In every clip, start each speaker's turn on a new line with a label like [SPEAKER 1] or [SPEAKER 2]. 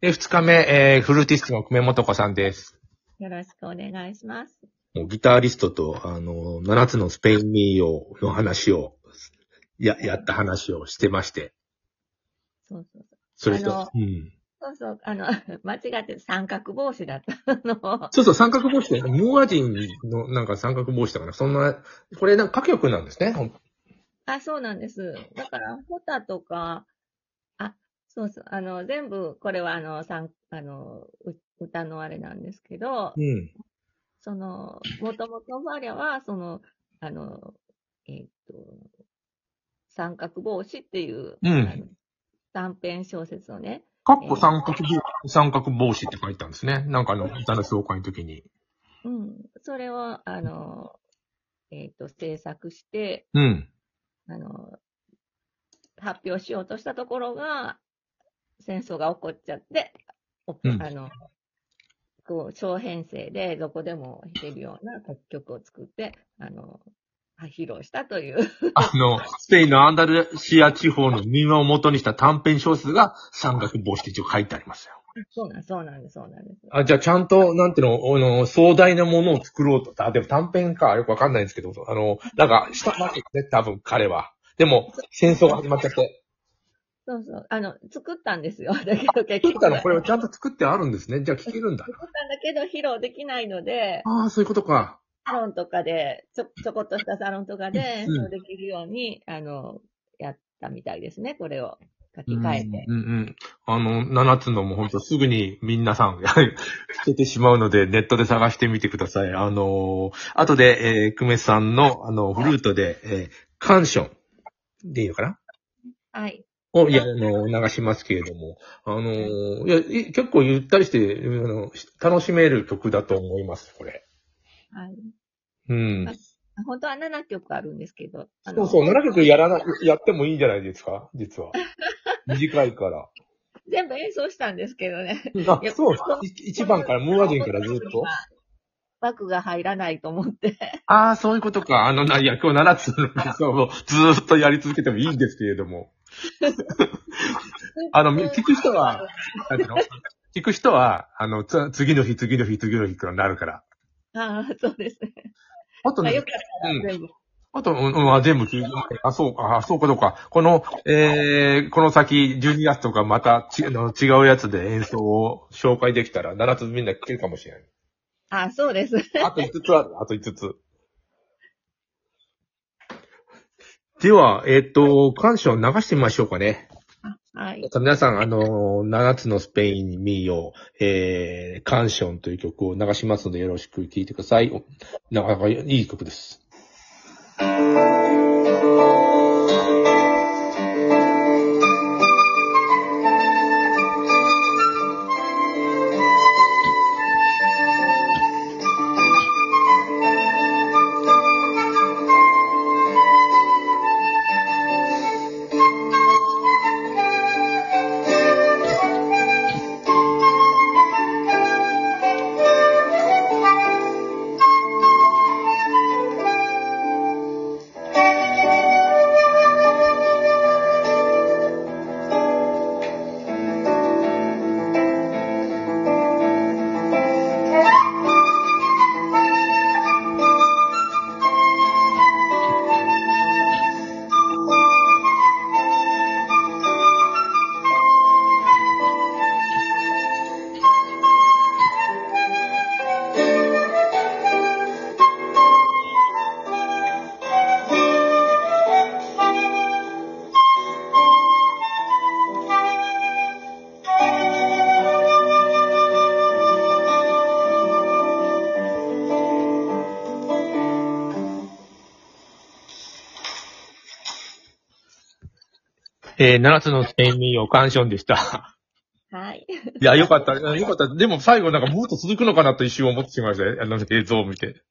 [SPEAKER 1] で、二日目、えー、フルーティストの久米元子さんです。
[SPEAKER 2] よろしくお願いします。
[SPEAKER 3] もうギタリストと、あの、7つのスペイン民謡の話を、や、やった話をしてまして。
[SPEAKER 2] そうそうそう。
[SPEAKER 3] それ
[SPEAKER 2] あの
[SPEAKER 3] と、うん。
[SPEAKER 2] そうそう、あの、 間違って三角帽子だったの を。
[SPEAKER 3] そうそう、三角帽子で、モア人のなんか三角帽子だから、そんな、これなんか歌曲なんですね。ほん
[SPEAKER 2] あ、そうなんです。だから、ホタとか、あ、そうそう、あの、全部、これはあの、三あの、う歌のあれなんですけど、
[SPEAKER 3] うん。
[SPEAKER 2] その、もともとファリャは、その、あの、えっ、と、三角帽子っていう、
[SPEAKER 1] うん
[SPEAKER 2] あの短編小説をね、
[SPEAKER 1] かっこ三角帽子、三角帽子って書いたんですね。なんかあの、歌の紹介の時に。
[SPEAKER 2] うん、それを、あの、えっ、と、制作して、
[SPEAKER 1] うん。
[SPEAKER 2] あの、発表しようとしたところが、戦争が起こっちゃって、お
[SPEAKER 1] うん
[SPEAKER 2] あの、こう、小編成でどこでも弾けるような曲を作って、あの、あ披露した という。
[SPEAKER 1] あの、スペインのアンダルシア地方の民話を元にした短編小説が三角帽子って一応書いてありますよ。
[SPEAKER 2] そうなん、そうなんです、そうなんです。
[SPEAKER 3] あ、じゃあちゃんと、なんていうの、あの、壮大なものを作ろうと。あ、でも短編か、よくわかんないんですけど、あの、なんか、したわけですね、多分彼は。でも、戦争が始まっちゃって。
[SPEAKER 2] そうそう。あの、作ったんですよ。 だけど結
[SPEAKER 3] 作っ
[SPEAKER 2] 局。
[SPEAKER 3] たらこれはちゃんと作ってあるんですね。じゃあ聞けるんだ。
[SPEAKER 2] 作ったんだけど、披露できないので、
[SPEAKER 3] ああ、そういうことか。
[SPEAKER 2] サロンとかで、ちょ、ちょこっとしたサロンとかで演
[SPEAKER 1] うん
[SPEAKER 2] 奏できるように、あの、やったみたいですね、これを書き換えて。
[SPEAKER 1] うんうんうん。あの、七つのも本当すぐに皆さん、 やはり捨ててしまうので、ネットで探してみてください。あのー、後で、えー、久米さんの、あの、フルートで、えー、
[SPEAKER 3] カンションでいいのかな
[SPEAKER 2] はい。
[SPEAKER 3] を、いや、あの、流しますけれども、あの、いや、い結構ゆったりして、あの、し楽しめる曲だと思います、これ。
[SPEAKER 2] はい。
[SPEAKER 3] うん。
[SPEAKER 2] 本当は7曲あるんですけど。あ
[SPEAKER 3] そ
[SPEAKER 2] の
[SPEAKER 3] うそう、7曲やらな、やってもいいんじゃないですか実 は。短いから。
[SPEAKER 2] 全部演奏したんですけどね。
[SPEAKER 3] あ
[SPEAKER 2] いや、
[SPEAKER 3] そう、1番から、ムーア人からずっと。
[SPEAKER 2] バクが入らないと思って。
[SPEAKER 1] ああ、そういうことか。あの、な、いや、今日7つの演奏をずーっとやり続けてもいいんですけれども。あの、聞く人は、なんていうの聞く人は、あの、つ次の日、次の日、次の日からなるから。
[SPEAKER 2] ああ、そうですね。
[SPEAKER 1] あと
[SPEAKER 2] まあ、
[SPEAKER 1] ね
[SPEAKER 2] よ、かったら全部。
[SPEAKER 1] あと、うん、うんあ全部聞いて、あ、そうか、あ、そうか、どうか。この、えー、この先、12月とかまたちあの違うやつで演奏を紹介できたら、7つみんな聞けるかもしれない。
[SPEAKER 2] ああ、そうです。
[SPEAKER 1] あと5つある、あと5つ。では、えっ、と、
[SPEAKER 3] カンション流してみましょうかね。
[SPEAKER 2] はい。
[SPEAKER 3] 皆さん、あの、7つのスペイン民謡、えー、カンションという曲を流しますのでよろしく聴いてください。おなかなかいい曲です。
[SPEAKER 1] えー、7つのスペイン民謡、カンションでした。
[SPEAKER 2] はい。
[SPEAKER 1] いや、よかった、よかった。でも最後なんかもっと続くのかなと一瞬思ってしまいましたね。あの映像を見て。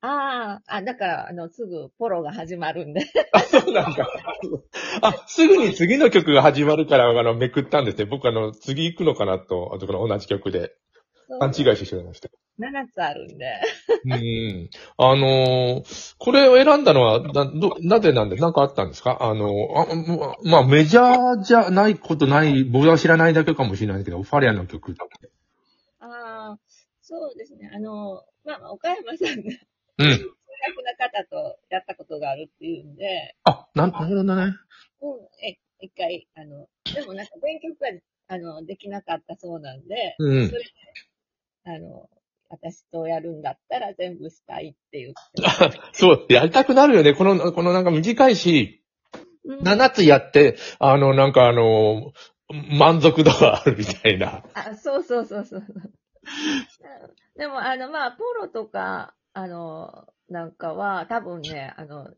[SPEAKER 2] ああ、あ、だから、あの、すぐポロが始まるんで。
[SPEAKER 1] あ、そうなんだ。あ、すぐに次の曲が始まるから、あの、めくったんですね。僕あの、次行くのかなと、あとこの同じ曲で。勘違いしてしまいました。
[SPEAKER 2] 7つあるんで。
[SPEAKER 1] うん。あのーこれを選んだのは、な、ど、なぜなんで、なんかあったんですかあのーあ、ままあ、メジャーじゃないことない、僕は知らないだけかもしれないけど、ファリアの曲って。
[SPEAKER 2] ああ、そうですね。あの、まあまあ、岡山さんが、
[SPEAKER 1] うん。
[SPEAKER 2] 楽な方とやったことがあるっていうんで、
[SPEAKER 1] あ、なん、なるほどね。
[SPEAKER 2] うん、え、一回、あの、でもなんか、勉強が、あの、できなかったそうなんで、
[SPEAKER 1] うん
[SPEAKER 2] そ。れで、あの、私とやるんだったら全部したいって言って。
[SPEAKER 1] そう、やりたくなるよね。この、このなんか短いし、
[SPEAKER 2] うん
[SPEAKER 1] 7つやって、あの、なんかあのー満足度があるみたいな。
[SPEAKER 2] あ、そうそうそうそう。 でも、あの、まあ、ポロとか、あの、なんかは、多分ね、あの、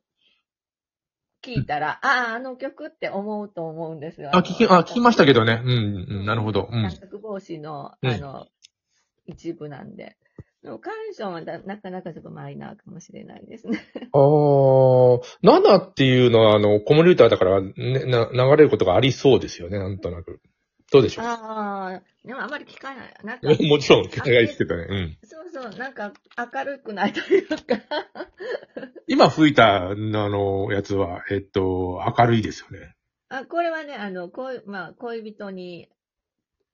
[SPEAKER 2] 聞いたら、ああ、あの曲って思うと思うんですよ。
[SPEAKER 1] あ、聞き、あ、聞きました
[SPEAKER 2] け
[SPEAKER 1] けどね。うん、うん、なるほど。う
[SPEAKER 2] 感
[SPEAKER 1] ん。
[SPEAKER 2] 覚防止の、
[SPEAKER 1] うん
[SPEAKER 2] あの、一部なんで。でも、感謝はななかなかちょっとマイナーかもしれないですね。
[SPEAKER 1] あー、7っていうのは、あの、コンピューターだから、ね、な、流れることがありそうですよね、なんとなく。どうでしょ
[SPEAKER 2] ああ、 でもあんまり聞かない。なんか、
[SPEAKER 1] う もちろん、聞かないですけどね。うん。
[SPEAKER 2] そうそう、なんか明るくないというか。
[SPEAKER 1] 今吹いた、あの、やつは、えっと、明るいですよね。
[SPEAKER 2] あ、これはね、あの、恋、まあ、恋人に、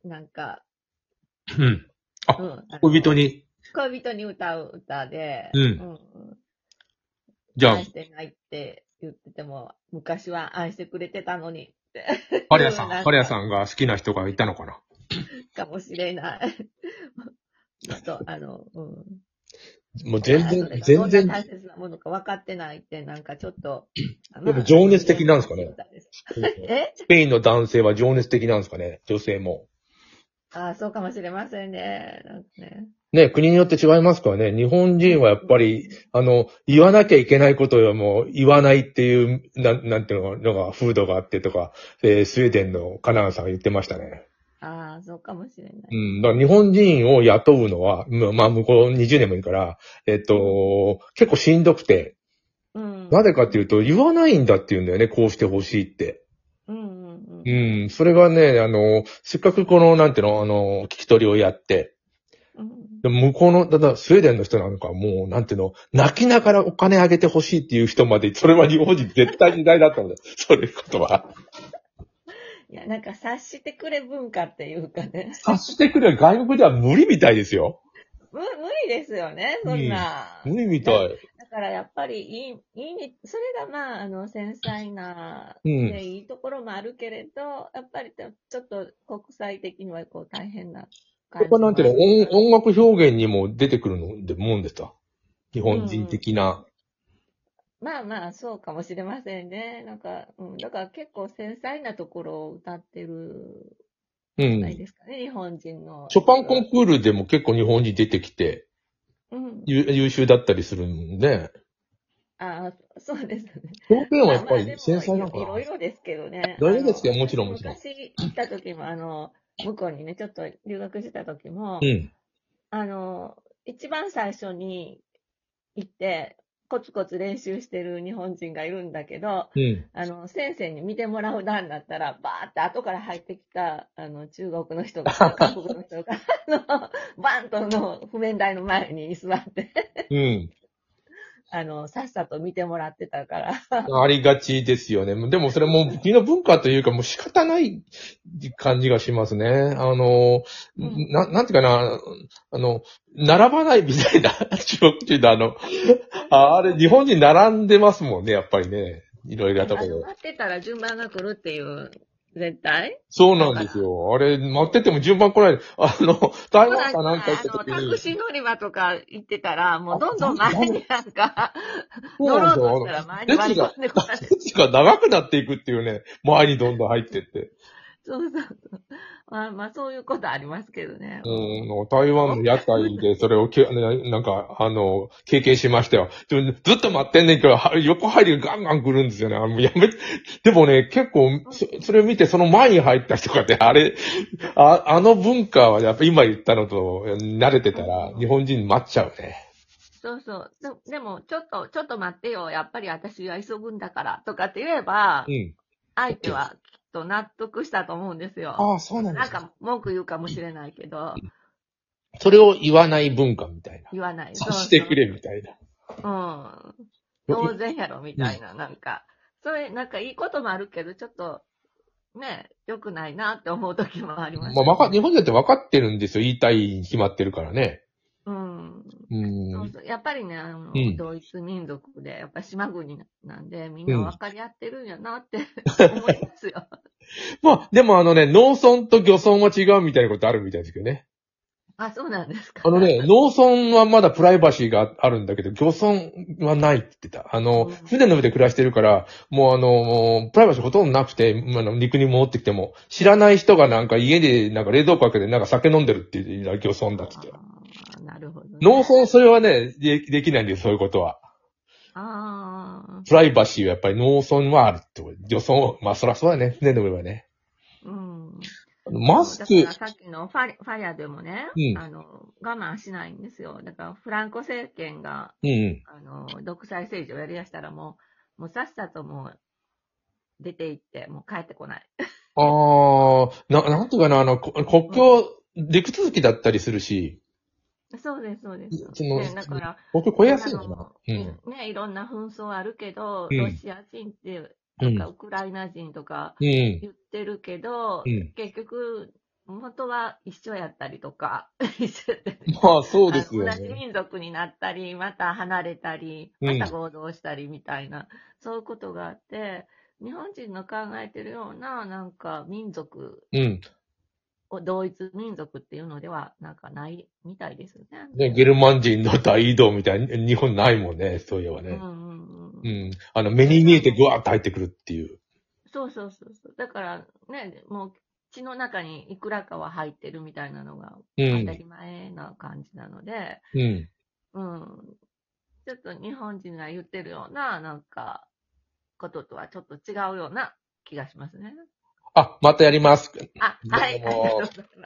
[SPEAKER 2] なんか、
[SPEAKER 1] うん。あ
[SPEAKER 2] うん、あの
[SPEAKER 1] 恋人。に、
[SPEAKER 2] 恋人に歌う歌で、
[SPEAKER 1] うん
[SPEAKER 2] うん
[SPEAKER 1] じゃあ
[SPEAKER 2] 愛、してないって言ってても、昔は愛してくれてたのにって、
[SPEAKER 1] パリアさん、
[SPEAKER 2] なんか
[SPEAKER 1] パリアさんが好きな人がいたのかな
[SPEAKER 2] かもしれない。 ちょっと、あの、うん。
[SPEAKER 1] もう
[SPEAKER 2] それがどんな大切なものか分かってないって、なんかちょっと。
[SPEAKER 1] でも情熱的なんですかね
[SPEAKER 2] まあ。え
[SPEAKER 1] スペインの男性は情熱的なんですかね女性も。
[SPEAKER 2] あそうかもしれませんね。なんかね
[SPEAKER 1] ね、国によって違いますからね。日本人はやっぱり、あの、言わなきゃいけないことはもう言わないっていう、なん、なんていうのが、のが風土があってとか、えースウェーデンのカナンさんが言ってましたね。
[SPEAKER 2] ああ、そうかもしれな
[SPEAKER 1] う
[SPEAKER 2] い。
[SPEAKER 1] ん。だから日本人を雇うのは、ままあ、向こう20年もいるから、えっと、結構しんどくて、
[SPEAKER 2] うん。
[SPEAKER 1] なぜかっていうと、言わないんだっていうんだよね、こうしてほしいって。
[SPEAKER 2] うんうんうん。
[SPEAKER 1] うん、それがね、あの、せっかくこの、なんていうの、あの、聞き取りをやって、
[SPEAKER 2] うん
[SPEAKER 1] でも向こうの、ただ、スウェーデンの人なんかはもう、なんていうの、泣きながらお金あげてほしいっていう人まで、それは日本人絶対時代だったんだよ。そう いうことは。
[SPEAKER 2] いや、なんか察してくれ文化っていうかね。
[SPEAKER 1] 察してくれ、外国では無理みたいですよ。
[SPEAKER 2] む無理ですよね、そんな。
[SPEAKER 1] 無理みたい。
[SPEAKER 2] だからやっぱりいい、いいに、それがまあ、あの、繊細な、
[SPEAKER 1] うん
[SPEAKER 2] でいいところもあるけれど、やっぱりちょちょっと国際的にはこう大変な
[SPEAKER 1] こ
[SPEAKER 2] 感
[SPEAKER 1] こはなんていうの、音音楽表現にも出てくるので、もんでた。日本人的な。
[SPEAKER 2] まあまあ、そうかもしれませんね。なんか、うん、だから結構繊細なところを歌ってる、
[SPEAKER 1] う
[SPEAKER 2] ない
[SPEAKER 1] ん。
[SPEAKER 2] ですかね、日本人の。
[SPEAKER 1] ショパンコンクールでも結構日本人出てきて、
[SPEAKER 2] うん。
[SPEAKER 1] ゆ優秀だったりするんで、
[SPEAKER 2] ああ、そうですね。
[SPEAKER 1] 表現は
[SPEAKER 2] まあ
[SPEAKER 1] やっぱ
[SPEAKER 2] まあで
[SPEAKER 1] り
[SPEAKER 2] も
[SPEAKER 1] 繊細なんか
[SPEAKER 2] い
[SPEAKER 1] な
[SPEAKER 2] ろいろですけどね。
[SPEAKER 1] いろいろですけどもちろんもちろん
[SPEAKER 2] 昔行った時も、あの、向こうにね、ちょっと留学してた時も、
[SPEAKER 1] うん。
[SPEAKER 2] あの、一番最初に行って、コツコツ練習してる日本人がいるんだけど、
[SPEAKER 1] うん。
[SPEAKER 2] あの、先生に見てもらう段になったら、バーって後から入ってきた、あの、中国の人 が、韓国の人が、あの、バンとの譜面台の前に座って、
[SPEAKER 1] うん。
[SPEAKER 2] あの、さっさと見てもらってたから、
[SPEAKER 1] ありがちですよね。でもそれも国の文化というかもう仕方ない感じがしますね。あの、
[SPEAKER 2] うん
[SPEAKER 1] ななんていうかな、あの、並ばないみたいな、中国人のあの、ああれ、日本人並んでますもんね、やっぱりね。いろいろなとこ
[SPEAKER 2] あの
[SPEAKER 1] ろ。
[SPEAKER 2] 待ってたら順番が来るっていう、絶対
[SPEAKER 1] そうなんですよ。あれ、待ってても順番来ない。あの、台湾かなんか行った時
[SPEAKER 2] あのタ
[SPEAKER 1] に
[SPEAKER 2] ク。シー乗り場とか行ってたら、もうどんどん前になんか、
[SPEAKER 1] そう
[SPEAKER 2] 乗
[SPEAKER 1] なん
[SPEAKER 2] ろ
[SPEAKER 1] で
[SPEAKER 2] う
[SPEAKER 1] す
[SPEAKER 2] と
[SPEAKER 1] よあの。
[SPEAKER 2] したら前に割り込んでこられる。
[SPEAKER 1] 時間長くなっていくっていうね、前にどんどん入ってって。
[SPEAKER 2] そうそうそう。まあまあ、そういうことありますけどね。
[SPEAKER 1] うん、の台湾の屋台でそれをけ、な なんか、あの、経験しましたよ。でもずっと待ってんねんけど、は横入りがガンガン来るんですよね。あもうやめて。でもね、結構、そそれを見てその前に入った人がね、あれ、ああの文化はやっぱ今言ったのと慣れてたら、日本人待っちゃうね。
[SPEAKER 2] そうそう。ででも、ちょっと、ちょっと待ってよ。やっぱり私は急ぐんだから。とかって言えば
[SPEAKER 1] う、ん。
[SPEAKER 2] 相手はきっと納得したと思うんですよ。
[SPEAKER 1] あ、そうなん
[SPEAKER 2] なんか文句言うかもしれないけど、
[SPEAKER 1] それを言わない文化みたいな。
[SPEAKER 2] 言わない。
[SPEAKER 1] 察してくれみたいな。
[SPEAKER 2] そうそう。うん。当然やろ、みたいな、なんか。それ、なんかいいこともあるけど、ちょっと、ね、良くないなって思う時もあります。
[SPEAKER 1] まあ、わか、日本人だって分かってるんですよ。言いたいに決まってるからね。
[SPEAKER 2] うん。
[SPEAKER 1] う。
[SPEAKER 2] そうんそうやっぱりね、あの、
[SPEAKER 1] うん
[SPEAKER 2] 同一民族で、やっぱ島国なんで、みん
[SPEAKER 1] う
[SPEAKER 2] なん分かり合ってるんやなって 思いますよ。
[SPEAKER 1] まあ、でもあのね、農村と漁村は違うみたいなことあるみたいですけどね。
[SPEAKER 2] あ、そうなんですか。
[SPEAKER 1] あのね、農村はまだプライバシーがあるんだけど、漁村はないって言ってた。あの、
[SPEAKER 2] うん
[SPEAKER 1] 船の上で暮らしてるから、もうあの、もうプライバシーほとんどなくて、まああの、陸に戻ってきても、知らない人がなんか家で、なんか冷蔵庫開けてなんか酒飲んでるって言う漁村だって言ってた。
[SPEAKER 2] あーなるほど、ね。
[SPEAKER 1] 農村それはね、でできないんです、そういうことは。
[SPEAKER 2] ああ、
[SPEAKER 1] プライバシーはやっぱり農村はあるってこと。漁村は、まあそらそうだね、船の上はね。
[SPEAKER 2] うん。
[SPEAKER 1] マス
[SPEAKER 2] だ
[SPEAKER 1] ク
[SPEAKER 2] か、らさっきのファリファリアでもね、
[SPEAKER 1] うん
[SPEAKER 2] あの、我慢しないんですよ。だからフランコ政権が、
[SPEAKER 1] うんうん。
[SPEAKER 2] あの、独裁政治をやりだしたらもう、もうさっさともう、出て行って、もう帰ってこない。
[SPEAKER 1] ああ、な、なんとかな、あの、こ国境、陸続きだったりするし、
[SPEAKER 2] そうです、そうです。
[SPEAKER 1] その
[SPEAKER 2] ねだから、
[SPEAKER 1] 国境越えやすいのかな。
[SPEAKER 2] あ
[SPEAKER 1] う
[SPEAKER 2] の
[SPEAKER 1] ん。
[SPEAKER 2] ね、いろんな紛争あるけど、
[SPEAKER 1] うん
[SPEAKER 2] ロシア人って、
[SPEAKER 1] う
[SPEAKER 2] なんか
[SPEAKER 1] ん。
[SPEAKER 2] ウクライナ人とか
[SPEAKER 1] うん。
[SPEAKER 2] 言ってるけど、
[SPEAKER 1] うん。
[SPEAKER 2] 結局、元は一緒やったりとか、 一緒やったり
[SPEAKER 1] まあ、そうですよ
[SPEAKER 2] 同じ
[SPEAKER 1] ね。
[SPEAKER 2] 民族になったり、また離れたり、
[SPEAKER 1] う
[SPEAKER 2] ま
[SPEAKER 1] ん
[SPEAKER 2] た合同したりみたいな、そういうことがあって、日本人の考えてるような、なんか民族
[SPEAKER 1] うん。
[SPEAKER 2] を同一民族っていうのでは、なんかないみたいですよね。
[SPEAKER 1] ね、ゲルマン人の大移動みたいに、日本ないもんね、そういえば
[SPEAKER 2] うんう
[SPEAKER 1] ね。
[SPEAKER 2] んうん
[SPEAKER 1] うん。あの、目に見えてぐわーっと入ってくるっていう。
[SPEAKER 2] そうそうそうそう。だからね、もう血の中にいくらかは入ってるみたいなのが
[SPEAKER 1] う
[SPEAKER 2] 当たり
[SPEAKER 1] ん。
[SPEAKER 2] 前な感じなので、
[SPEAKER 1] うん。
[SPEAKER 2] うん。ちょっと日本人が言ってるような、なんか、こととはちょっと違うような気がしますね。
[SPEAKER 1] あ、またやります。
[SPEAKER 2] あ、はい。あ
[SPEAKER 1] どう
[SPEAKER 2] りがと
[SPEAKER 1] も
[SPEAKER 2] うございます。